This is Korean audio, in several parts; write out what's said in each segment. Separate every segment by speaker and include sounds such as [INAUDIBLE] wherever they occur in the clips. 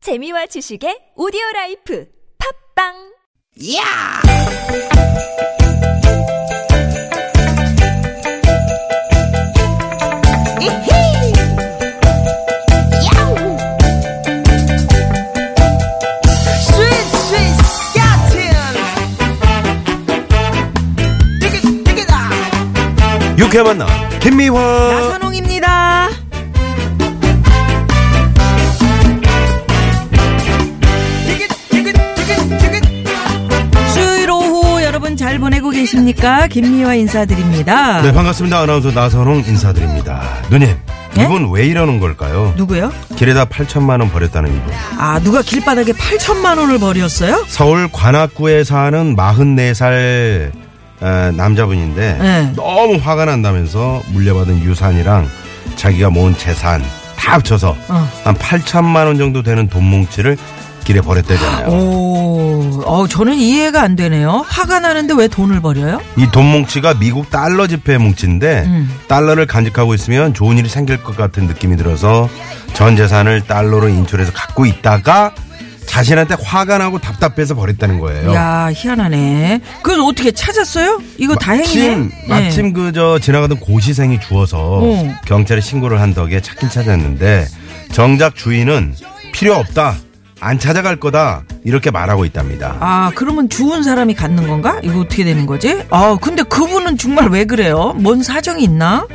Speaker 1: 재미와 지식의 오디오 라이프 팝빵!
Speaker 2: 야! 이히! 야우! 스윗 스윗 스캇틴! 디귿 디귿아!
Speaker 3: 유쾌 만남 김미화
Speaker 2: 나선홍입니다. 디귿 디귿 디귿 디귿
Speaker 4: 수요일 오후 여러분 잘 보내고 계십니까? 김미화 인사드립니다.
Speaker 3: 네 반갑습니다 아나운서 나선홍 인사드립니다 누님
Speaker 4: 네?
Speaker 3: 이분 왜 이러는 걸까요
Speaker 4: 누구요?
Speaker 3: 길에다 8천만 원 버렸다는 이분
Speaker 4: 아 누가 길바닥에 8천만 원을 버렸어요?
Speaker 3: 서울 관악구에 사는 44살 어, 남자분인데
Speaker 4: 네.
Speaker 3: 너무 화가 난다면서 물려받은 유산이랑 자기가 모은 재산 다 합쳐서
Speaker 4: 어.
Speaker 3: 한 8천만 원 정도 되는 돈 뭉치를 길에 버렸다잖아요
Speaker 4: 오, 어, 저는 이해가 안 되네요. 화가 나는데 왜 돈을 버려요?
Speaker 3: 이 돈뭉치가 미국 달러 지폐 뭉치인데
Speaker 4: 음.
Speaker 3: 달러를 간직하고 있으면 좋은 일이 생길 것 같은 느낌이 들어서 전 재산을 달러로 인출해서 갖고 있다가 자신한테 화가 나고 답답해서 버렸다는 거예요.
Speaker 4: 야 희한하네. 그래서 어떻게 찾았어요? 이거 다행이네.
Speaker 3: 마침,
Speaker 4: 네.
Speaker 3: 마침 그저 지나가던 고시생이 주워서
Speaker 4: 어.
Speaker 3: 경찰에 신고를 한 덕에 찾긴 찾았는데 정작 주인은 필요 없다. 안 찾아갈 거다. 이렇게 말하고 있답니다.
Speaker 4: 아 그러면 주운 사람이 갖는 건가? 이거 어떻게 되는 거지? 아 근데 그분은 정말 왜 그래요? 뭔 사정이 있나?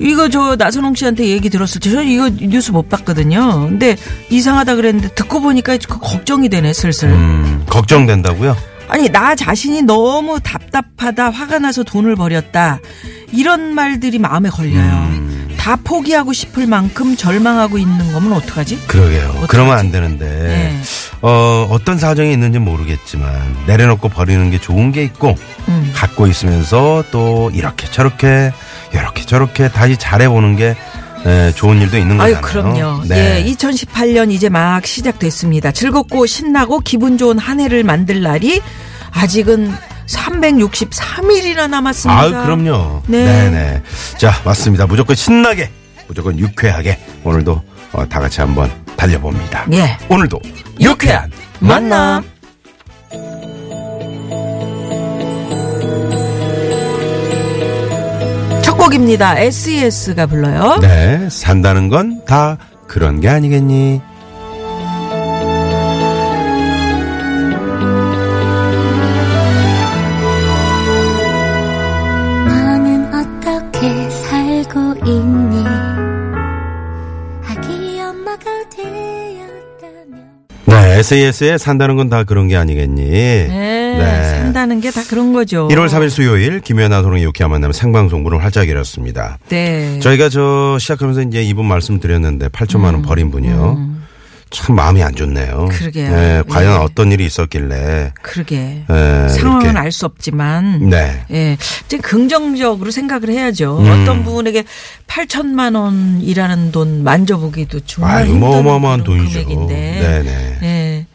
Speaker 4: 이거 저 나선홍 씨한테 얘기 들었을 때 저는 이거 뉴스 못 봤거든요. 근데 이상하다 그랬는데 듣고 보니까 그 걱정이 되네 슬슬.
Speaker 3: 음, 걱정된다고요?
Speaker 4: 아니 나 자신이 너무 답답하다 화가 나서 돈을 버렸다 이런 말들이 마음에 걸려요. 다 포기하고 싶을 만큼 절망하고 있는 거면 어떡하지?
Speaker 3: 그러게요.
Speaker 4: 어떡하지?
Speaker 3: 그러면 안 되는데
Speaker 4: 네.
Speaker 3: 어, 어떤 사정이 있는지 모르겠지만 내려놓고 버리는 게 좋은 게 있고
Speaker 4: 음.
Speaker 3: 갖고 있으면서 또 이렇게 저렇게 이렇게 저렇게 다시 잘해보는 게 에, 좋은 일도 있는 거잖아요.
Speaker 4: 아유, 그럼요.
Speaker 3: 네.
Speaker 4: 예, 2018년 이제 막 시작됐습니다. 즐겁고 신나고 기분 좋은 한 해를 만들 날이 아직은 363일이나 남았습니다.
Speaker 3: 아유, 그럼요.
Speaker 4: 네.
Speaker 3: 네네. 자, 맞습니다. 무조건 신나게, 무조건 유쾌하게 오늘도 어, 다 같이 한번 달려봅니다.
Speaker 4: 예.
Speaker 3: 오늘도 유쾌한
Speaker 4: 만남. 첫 곡입니다. SES가 불러요.
Speaker 3: 네, 산다는 건 다 그런 게 아니겠니?
Speaker 5: 너는 어떻게 살고 있니? 아기 엄마가 되었다면.
Speaker 3: 네, SES에 산다는 건 다 그런 게 아니겠니?
Speaker 4: 네, 산다는 게 다 그런 거죠.
Speaker 3: 1월 3일 수요일 김연아 소롱의 유쾌한 만남 생방송 문을 활짝 열었습니다.
Speaker 4: 네.
Speaker 3: 저희가 저 시작하면서 이제 이분 말씀 드렸는데 8천만 원 버린 분이요. 참 마음이 안 좋네요.
Speaker 4: 음, 그러게요.
Speaker 3: 네, 과연
Speaker 4: 예.
Speaker 3: 어떤 일이 있었길래.
Speaker 4: 그러게.
Speaker 3: 예,
Speaker 4: 상황은
Speaker 3: 이렇게.
Speaker 4: 알 수 없지만
Speaker 3: 네.
Speaker 4: 예, 좀 긍정적으로 생각을 해야죠.
Speaker 3: 음.
Speaker 4: 어떤 부분에게 8천만 원이라는 돈 만져보기도 정말
Speaker 3: 아유,
Speaker 4: 음. 힘든
Speaker 3: 뭐 어마어마한
Speaker 4: 그런
Speaker 3: 돈이죠.
Speaker 4: 금액인데.
Speaker 3: 네네.
Speaker 4: 예.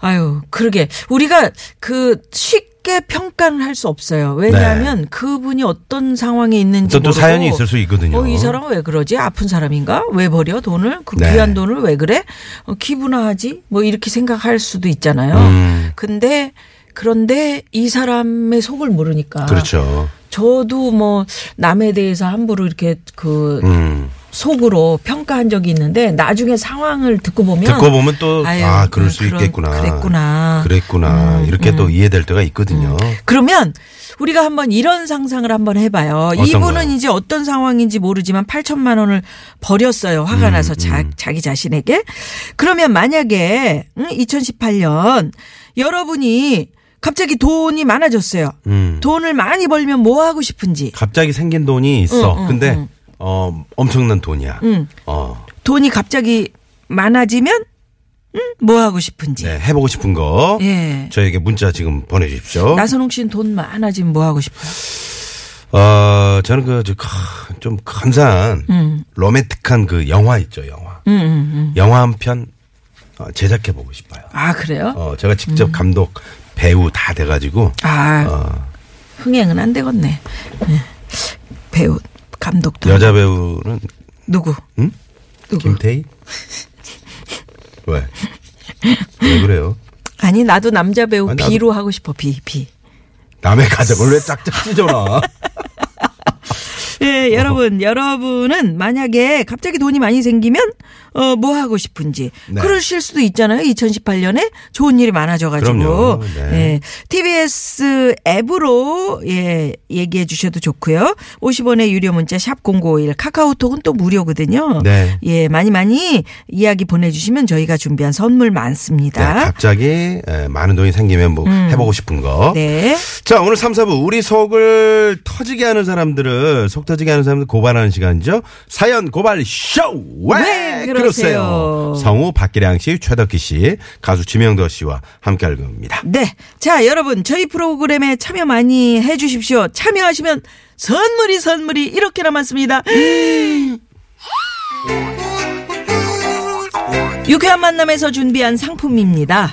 Speaker 4: 아유, 그러게 우리가 그 쉽게 평가를 할 수 없어요. 왜냐하면 그분이 어떤 상황에 있는지
Speaker 3: 네. 또, 또
Speaker 4: 모르고
Speaker 3: 사연이 있을 수 있거든요.
Speaker 4: 어, 뭐 이 사람은 왜 그러지? 아픈 사람인가? 왜 버려 돈을? 그
Speaker 3: 네.
Speaker 4: 귀한 돈을 왜 그래? 어, 기분화하지? 뭐 이렇게 생각할 수도 있잖아요.
Speaker 3: 음.
Speaker 4: 근데 그런데 이 사람의 속을 모르니까
Speaker 3: 그렇죠.
Speaker 4: 저도 뭐 남에 대해서 함부로 이렇게 그
Speaker 3: 음.
Speaker 4: 속으로 평가한 적이 있는데 나중에 상황을 듣고 보면
Speaker 3: 듣고 보면 또,
Speaker 4: 아유, 음,
Speaker 3: 아, 그럴
Speaker 4: 그래,
Speaker 3: 수
Speaker 4: 그런-
Speaker 3: 있겠구나.
Speaker 4: 그랬구나. 음,
Speaker 3: 그랬구나. 이렇게 또 이해될 때가 있거든요.
Speaker 4: 그러면 우리가 한번 이런 상상을 한번 해봐요.
Speaker 3: 어떤
Speaker 4: 이분은
Speaker 3: 거요?
Speaker 4: 이제 어떤 상황인지 모르지만 8천만 원을 버렸어요.
Speaker 3: 음,
Speaker 4: 화가 나서 자, 자기 자신에게. 그러면 만약에 응? 2018년 여러분이 갑자기 돈이 많아졌어요.
Speaker 3: 음.
Speaker 4: 돈을 많이 벌면 뭐 하고 싶은지.
Speaker 3: 갑자기 생긴 돈이 있어.
Speaker 4: 응, 응,
Speaker 3: 근데 어 엄청난 돈이야. 어,
Speaker 4: 돈이 갑자기 많아지면 응? 뭐 하고 싶은지.
Speaker 3: 네, 해보고 싶은 거
Speaker 4: 예.
Speaker 3: 저에게 문자 지금 보내주십시오.
Speaker 4: 나선홍 씨는 돈 많아지면 뭐 하고 싶어요?
Speaker 3: 어 저는 그좀 감사한 로맨틱한 그 영화 있죠, 영화. 영화 한 편 어, 제작해 보고 싶어요.
Speaker 4: 아 그래요?
Speaker 3: 어 제가 직접 감독 배우 다 돼가지고
Speaker 4: 음. 아
Speaker 3: 어,
Speaker 4: 흥행은 안 되겠네. 예. 배우 감독도
Speaker 3: 여자 배우는
Speaker 4: 누구?
Speaker 3: 응?
Speaker 4: [LAUGHS] 누구?
Speaker 3: 김태희 왜? 왜 그래요?
Speaker 4: 아니 나도 남자 배우
Speaker 3: 아니, 나도-
Speaker 4: B로 하고 싶어 B B.
Speaker 3: 남의 가정을 왜 짝짝
Speaker 4: [LAUGHS]
Speaker 3: 찢어놔?
Speaker 4: 예, 여러분, 여러분은 만약에 갑자기 돈이 많이 생기면 어 뭐 하고 싶은지
Speaker 3: 네.
Speaker 4: 그러실 수도 있잖아요. 2018년에 좋은 일이 많아져가지고
Speaker 3: 그럼요. 네.
Speaker 4: 예, TBS 앱으로 예 얘기해 주셔도 좋고요. 50원의 유료 문자 샵 #0951 카카오톡은 또 무료거든요.
Speaker 3: 네.
Speaker 4: 예, 많이 많이 이야기 보내주시면 저희가 준비한 선물
Speaker 3: 네,
Speaker 4: 많습니다.
Speaker 3: 갑자기 에, 많은 돈이 생기면 뭐 해보고 싶은 거.
Speaker 4: 음. 네.
Speaker 3: 자, 오늘 3, 4부 우리 속을 터지게 하는 사람들을 속 터지게 하는 사람들 고발하는 시간이죠. 사연 고발 쇼! 왜,
Speaker 4: 왜 그러세요?
Speaker 3: 성우 박기량 씨, 최덕기 씨, 가수 지명도 씨와 함께 할 겁니다.
Speaker 4: 네. 자, 여러분, 저희 프로그램에 참여 많이 해 주십시오. 참여하시면 선물이 선물이 이렇게 남았습니다. 유쾌한 만남에서 준비한 상품입니다.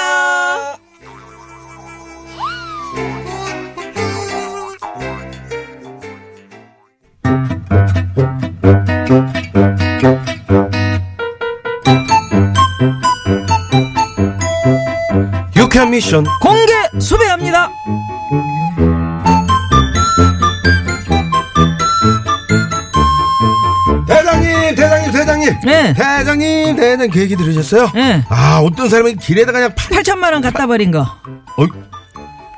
Speaker 3: 유쾌한 미션.
Speaker 4: 공개 수배합니다.
Speaker 3: 대장님, 대장님, 대장님.
Speaker 4: 네.
Speaker 3: 대장님, 대장님. 그 얘기 들으셨어요?
Speaker 4: 네.
Speaker 3: 아, 어떤 사람이 길에다가 그냥 팔,
Speaker 4: 8천만 원 갖다 버린 거.
Speaker 3: 어,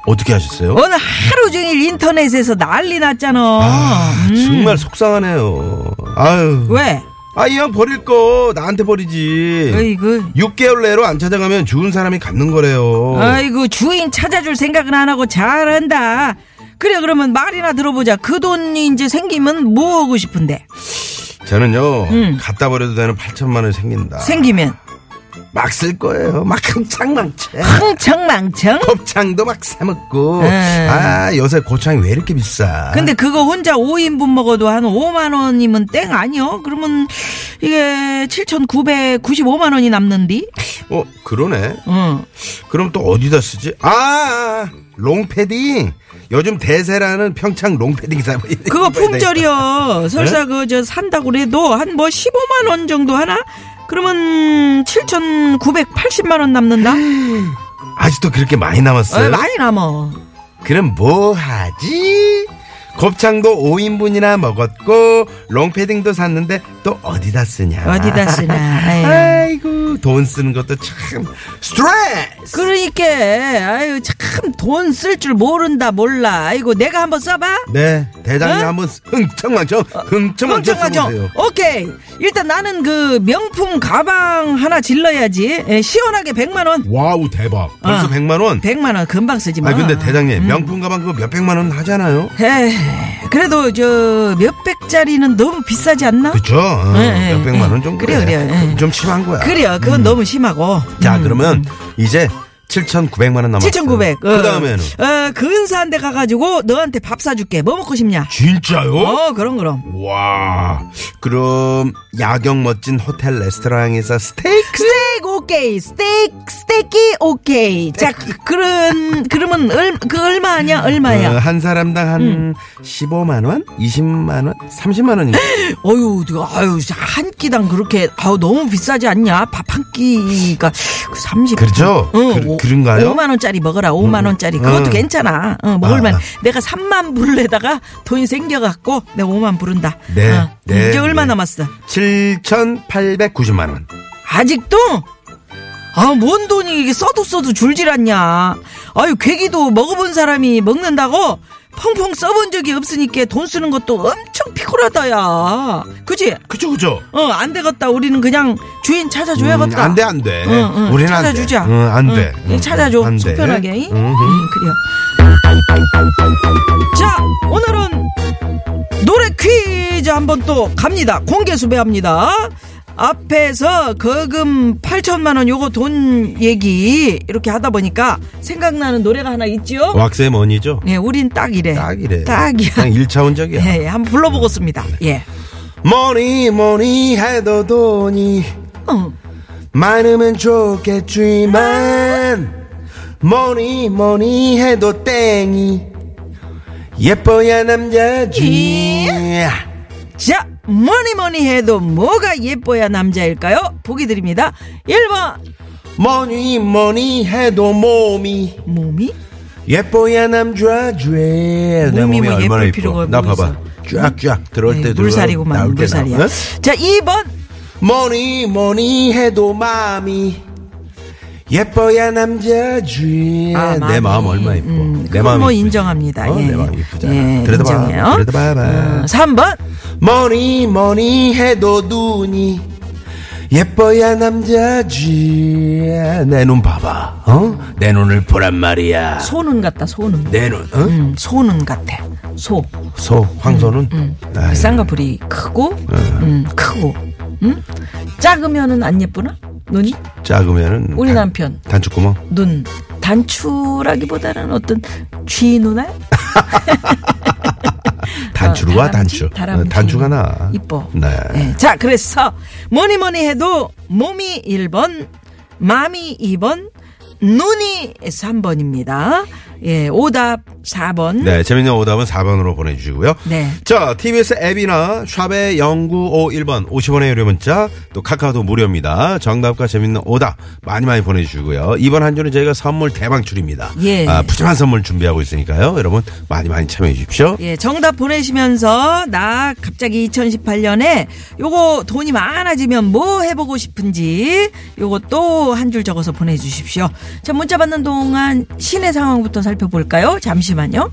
Speaker 3: 어떻게 하셨어요?
Speaker 4: 오늘 하루 종일 인터넷에서 난리 났잖아.
Speaker 3: 아,
Speaker 4: 음.
Speaker 3: 정말 속상하네요. 아유.
Speaker 4: 왜?
Speaker 3: 아, 이왕 버릴 거 나한테 버리지.
Speaker 4: 아이고.
Speaker 3: 6개월 내로 안 찾아가면 주운 사람이 갖는 거래요.
Speaker 4: 아이고 주인 찾아줄 생각은 안 하고 잘한다. 그래 그러면 말이나 들어보자. 그 돈이 이제 생기면 뭐 하고 싶은데?
Speaker 3: 저는요, 갖다 버려도 되는 8천만 원이 생긴다.
Speaker 4: 음. 생기면
Speaker 3: 막 쓸 거예요. 막 흥창망창.
Speaker 4: 아. 흥청망청.
Speaker 3: 곱창도 막 사먹고.
Speaker 4: 에이.
Speaker 3: 아, 요새 고창이 왜 이렇게 비싸.
Speaker 4: 네. 근데 그거 혼자 5인분 먹어도 한 5만 원이면 땡 아니요? 그러면 이게 7,995만 원이 남는디?
Speaker 3: 어, 그러네.
Speaker 4: 응.
Speaker 3: 그럼 또 어디다 쓰지? 아, 아, 아, 롱패딩. 요즘 대세라는 평창 롱패딩 사고 있네. 네.
Speaker 4: 그거 품절이요. 설사 그 저 산다고 그래도 한 뭐 15만 원 정도 하나? 그러면 7,980만 원 남는다?
Speaker 3: 네. 아직도 그렇게 많이
Speaker 4: 어,
Speaker 3: 남았어요?
Speaker 4: 많이 남어.
Speaker 3: 그럼 뭐 하지? 곱창도 5인분이나 먹었고 롱패딩도 샀는데 또 어디다 쓰냐?
Speaker 4: 어디다 쓰나. 아. 아유.
Speaker 3: 아이고 돈 쓰는 것도 참 스트레스.
Speaker 4: 그러니까 아유 참 돈 쓸 줄 모른다 몰라. 아이고 내가 한번 써봐.
Speaker 3: 네 대장님
Speaker 4: 어?
Speaker 3: 한번 흥청망청 흥청망청 써보세요.
Speaker 4: 오케이. 일단 나는 그 명품 가방 하나 질러야지. 예, 시원하게 100만 원.
Speaker 3: 와우 대박. 벌써
Speaker 4: 어. 음.
Speaker 3: 100만 원.
Speaker 4: 100만 원 금방 쓰지 마.
Speaker 3: 아 근데 대장님 명품 가방 그거 몇 백만 원 하잖아요.
Speaker 4: 에이, 그래도 저 몇백짜리는 너무 비싸지 않나?
Speaker 3: 그쵸? 어,
Speaker 4: 예, 예,
Speaker 3: 몇 백만
Speaker 4: 예.
Speaker 3: 원 정도.
Speaker 4: 그래요, 그래요, 예.
Speaker 3: 좀 심한 거야.
Speaker 4: 그래요. 그건 너무 심하고.
Speaker 3: 음. 자
Speaker 4: 음.
Speaker 3: 그러면 이제 7,900만 원 남았어요.
Speaker 4: 7,900.
Speaker 3: 그 다음에는
Speaker 4: 어, 어, 근사한 데 가가지고 너한테 밥 사줄게. 뭐 먹고 싶냐?
Speaker 3: 진짜요?
Speaker 4: 어, 그럼, 그럼.
Speaker 3: 와, 그럼 야경 멋진 호텔 레스토랑에서 스테이크?
Speaker 4: 스테이크 오케이. 스테이크, 스테이크 오케이. 자, 그- 그런, 그러면, 얼, 그 얼마 아니야?
Speaker 3: 어,
Speaker 4: 얼마야?
Speaker 3: 한 사람당 한
Speaker 4: 음.
Speaker 3: 15만 원, 20만 원, 30만 원인가?
Speaker 4: 어휴, 누가, 아유, 한 끼당 그렇게, 아우, 너무 비싸지 않냐? 밥 한 끼가, 30.
Speaker 3: 그렇죠. 그,
Speaker 4: 응,
Speaker 3: 그런가요?
Speaker 4: 5만 원짜리 먹어라. 5만 원짜리. 그것도
Speaker 3: 음.
Speaker 4: 괜찮아. 어, 먹을만.
Speaker 3: 아.
Speaker 4: 내가 3만 불을 내다가 돈이 생겨갖고 내가 5만 부른다.
Speaker 3: 네,
Speaker 4: 어,
Speaker 3: 네,
Speaker 4: 이제 얼마
Speaker 3: 네.
Speaker 4: 남았어?
Speaker 3: 7,890만 원.
Speaker 4: 아직도? 아, 뭔 돈이 이게 써도 써도 줄질 않냐. 아유, 괴기도 먹어본 사람이 먹는다고 펑펑 써본 적이 없으니까 돈 쓰는 것도 엄청 피곤하다, 야. 그지?
Speaker 3: 그죠, 그죠.
Speaker 4: 어, 안 되겠다. 우리는 그냥 주인 찾아줘야겠다.
Speaker 3: 음, 안 돼, 안 돼.
Speaker 4: 응, 응.
Speaker 3: 우리는
Speaker 4: 찾아주자.
Speaker 3: 안 돼. 응, 안 돼.
Speaker 4: 응, 찾아줘.
Speaker 3: 안 돼.
Speaker 4: 속편하게. 응,
Speaker 3: 응.
Speaker 4: 그래요. 자, 오늘은 노래 퀴즈 한번 또 갑니다. 공개 수배합니다. 앞에서 거금 8천만 원 요거 돈 얘기 이렇게 하다 보니까 생각나는 노래가 하나 있지요?
Speaker 3: 왁스의 머니죠?
Speaker 4: 예, 우린 어. 딱 이래.
Speaker 3: 딱이래.
Speaker 4: 딱이야.
Speaker 3: 그냥 1차원적이야.
Speaker 4: 예, 예, 한번 불러보겠습니다. 예.
Speaker 3: 뭐니 뭐니 해도 돈이
Speaker 4: 어.
Speaker 3: 많으면 좋겠지만 뭐니 뭐니 해도 땡이 예뻐야 남자지
Speaker 4: 예? 자, 뭐니 뭐니 해도 뭐가 예뻐야 남자일까요? 보기 드립니다. 1번,
Speaker 3: 뭐니 뭐니 해도 몸이
Speaker 4: 몸이?
Speaker 3: 예뻐야 남자지 내
Speaker 4: 몸이
Speaker 3: 몸이
Speaker 4: 뭐
Speaker 3: 얼마나
Speaker 4: 예쁠
Speaker 3: 예뻐
Speaker 4: 필요가
Speaker 3: 나
Speaker 4: 뭐
Speaker 3: 봐봐 쫙쫙 들어올
Speaker 4: 네,
Speaker 3: 때 들어올
Speaker 4: 물살이구만,
Speaker 3: 나올 때
Speaker 4: 물살이야.
Speaker 3: 나올. 응?
Speaker 4: 자, 2번,
Speaker 3: 뭐니 뭐니 해도 마음이 예뻐야 남자지
Speaker 4: 아, 마음이.
Speaker 3: 내 마음 얼마 예뻐
Speaker 4: 음,
Speaker 3: 내
Speaker 4: 그건
Speaker 3: 마음
Speaker 4: 뭐
Speaker 3: 예쁘지.
Speaker 4: 인정합니다.
Speaker 3: 어,
Speaker 4: 예.
Speaker 3: 내 마음 예쁘잖아
Speaker 4: 예,
Speaker 3: 들여다봐
Speaker 4: 인정해요.
Speaker 3: 들여다봐봐
Speaker 4: 음, 3번,
Speaker 3: 뭐니 뭐니 해도 눈이 예뻐야 남자지 내 눈 봐봐 어? 내 눈을 보란 말이야
Speaker 4: 소는 같다, 소는.
Speaker 3: 내눈 어?
Speaker 4: 음, 소는 같아. 소.
Speaker 3: 소 황소는
Speaker 4: 음,
Speaker 3: 아이, 예. 어.
Speaker 4: 쌍꺼풀이 크고, 음, 크고. 음? 작으면은 안 예쁘나? 눈이?
Speaker 3: 작으면은
Speaker 4: 우리
Speaker 3: 단-
Speaker 4: 남편. 어,
Speaker 3: 단추구멍
Speaker 4: 눈 단추라기보다는 어떤 쥐 누나?
Speaker 3: 단추로 와 단추
Speaker 4: 다람쥐.
Speaker 3: 어, 단추가 나
Speaker 4: 이뻐.
Speaker 3: 네.
Speaker 4: 예, 자, 그래서 뭐니 뭐니 해도 몸이 1번, 마음이 2번, 눈이 3번입니다. 예, 오답 4번.
Speaker 3: 네, 재밌는 오답은 4번으로 보내주시고요.
Speaker 4: 네.
Speaker 3: 자, TBS 앱이나 샵의 0951번 50원의 유료 문자 또 카카오도 무료입니다. 정답과 재밌는 오답 많이 많이 보내주시고요. 이번 한 주는 저희가 선물 대방출입니다.
Speaker 4: 예.
Speaker 3: 아, 푸짐한 선물 준비하고 있으니까요. 여러분 많이 많이 참여해 주십시오.
Speaker 4: 예, 정답 보내시면서 나 갑자기 2018년에 요거 돈이 많아지면 뭐 해보고 싶은지 요거 또 한 줄 적어서 보내주십시오. 자, 문자 받는 동안 시내 상황부터 살펴볼까요? 잠시만요.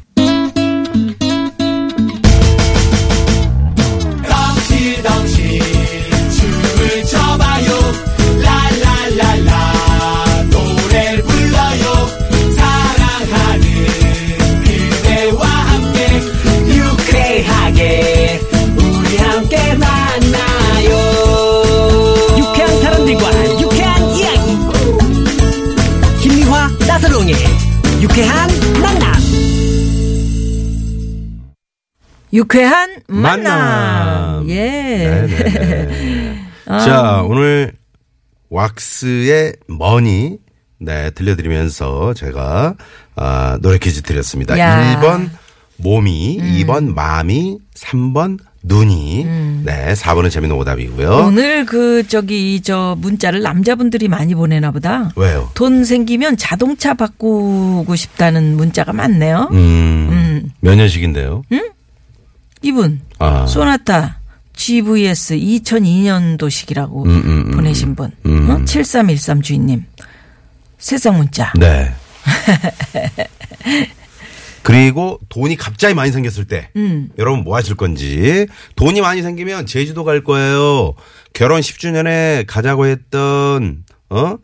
Speaker 6: 유쾌한 사람들과 유쾌한 이야기 김미화 나서롱의 유쾌한 만남
Speaker 4: 유쾌한 만남.
Speaker 3: 만남.
Speaker 4: 예.
Speaker 3: 네, 네네네. 아. 자, 오늘 왁스의 머니 네, 들려드리면서 제가 아, 노래 퀴즈 드렸습니다.
Speaker 4: 야.
Speaker 3: 1번 몸이, 2번 마음이, 3번 눈이. 네, 4번은 재밌는 오답이고요.
Speaker 4: 오늘 그 저기 이 저 문자를 남자분들이 많이 보내나 보다.
Speaker 3: 왜요?
Speaker 4: 돈 생기면 자동차 바꾸고 싶다는 문자가 많네요.
Speaker 3: 음, 몇 년식인데요?
Speaker 4: 이분
Speaker 3: 아.
Speaker 4: 소나타 GVS 2002년도식이라고
Speaker 3: 음, 음, 음.
Speaker 4: 보내신 분
Speaker 3: 음.
Speaker 4: 어? 7313 주인님 세상 문자
Speaker 3: 네. [LAUGHS] 그리고 돈이 갑자기 많이 생겼을 때 여러분 뭐 하실 건지 돈이 많이 생기면 제주도 갈 거예요. 결혼 10주년에 가자고 했던 어?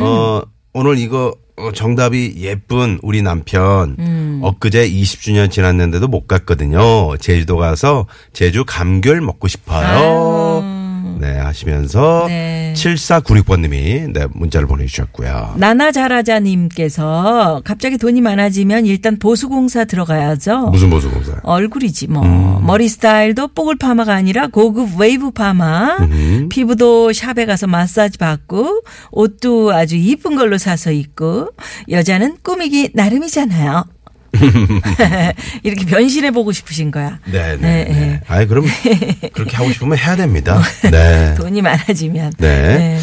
Speaker 3: 어 오늘 이거 어, 정답이 예쁜 우리 남편 엊그제 20주년 지났는데도 못 갔거든요. 제주도 가서 제주 감귤 먹고 싶어요. 네 하시면서
Speaker 4: 네.
Speaker 3: 7496번님이 네 문자를 보내주셨고요.
Speaker 4: 나나자라자님께서 갑자기 돈이 많아지면 일단 보수공사 들어가야죠.
Speaker 3: 무슨 보수공사?
Speaker 4: 얼굴이지 뭐
Speaker 3: 음.
Speaker 4: 머리 스타일도 뽀글 파마가 아니라 고급 웨이브 파마
Speaker 3: 음.
Speaker 4: 피부도 샵에 가서 마사지 받고 옷도 아주 이쁜 걸로 사서 입고 여자는 꾸미기
Speaker 3: [LAUGHS]
Speaker 4: 나름이잖아요. [LAUGHS] 이렇게 변신해 보고 싶으신 거야.
Speaker 3: 네네.
Speaker 4: 네,
Speaker 3: 네,
Speaker 4: 네.
Speaker 3: 아니 그럼 그렇게 하고 싶으면 해야 됩니다. 네.
Speaker 4: 돈이 많아지면.
Speaker 3: 네.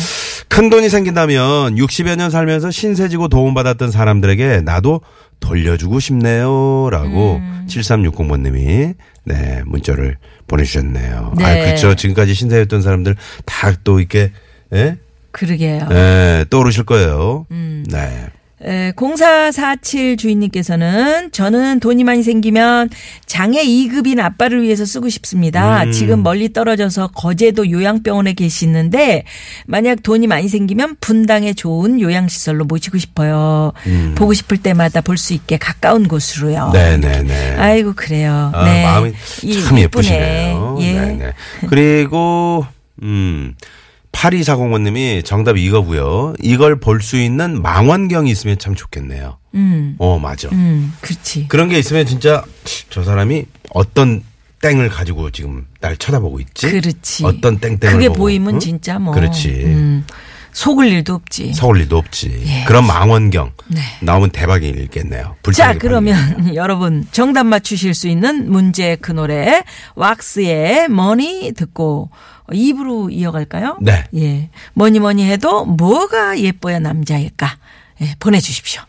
Speaker 3: 큰 돈이 생긴다면 60여 년 살면서 신세지고 도움받았던 사람들에게 나도 돌려주고 싶네요. 라고 7360번님이 네, 문자를 보내주셨네요.
Speaker 4: 네.
Speaker 3: 아, 그렇죠. 지금까지 신세였던 사람들 다 또 이렇게, 예?
Speaker 4: 그러게요.
Speaker 3: 예, 떠오르실 거예요. 네.
Speaker 4: 에, 0447 주인님께서는 저는 돈이 많이 생기면 장애 2급인 아빠를 위해서 쓰고 싶습니다.
Speaker 3: 음.
Speaker 4: 지금 멀리 떨어져서 거제도 요양병원에 계시는데 만약 돈이 많이 생기면 분당에 좋은 요양시설로 모시고 싶어요. 보고 싶을 때마다 볼 수 있게 가까운 곳으로요.
Speaker 3: 음. 네네네.
Speaker 4: 어. 아이고 그래요.
Speaker 3: 아,
Speaker 4: 네.
Speaker 3: 마음이
Speaker 4: 이-
Speaker 3: 참
Speaker 4: 이쁘네.
Speaker 3: 예쁘시네요.
Speaker 4: 예.
Speaker 3: 네네. 그리고 음. 8240번님이 정답 이거고요. 이걸 볼 수 있는 망원경이 있으면 참 좋겠네요.
Speaker 4: 음,
Speaker 3: 어, 맞아.
Speaker 4: 음, 그렇지.
Speaker 3: 그런 게 있으면 진짜 저 사람이 어떤 땡을 가지고 지금 날 쳐다보고 있지?
Speaker 4: 그렇지.
Speaker 3: 어떤 땡땡을
Speaker 4: 그게
Speaker 3: 보고,
Speaker 4: 보이면
Speaker 3: 응?
Speaker 4: 진짜 뭐.
Speaker 3: 그렇지.
Speaker 4: 음, 속을 일도 없지.
Speaker 3: 서울 리도 없지.
Speaker 4: 예.
Speaker 3: 그런 망원경
Speaker 4: 네.
Speaker 3: 나오면 대박이겠네요.
Speaker 4: 자,
Speaker 3: 불타게
Speaker 4: 그러면 [LAUGHS] 여러분 정답 맞추실 수 있는 문제 그 노래 왁스의 머니 듣고 입으로 이어갈까요?
Speaker 3: 네.
Speaker 4: 예. 뭐니 뭐니 해도 뭐가 예뻐야 남자일까? 예, 보내 주십시오.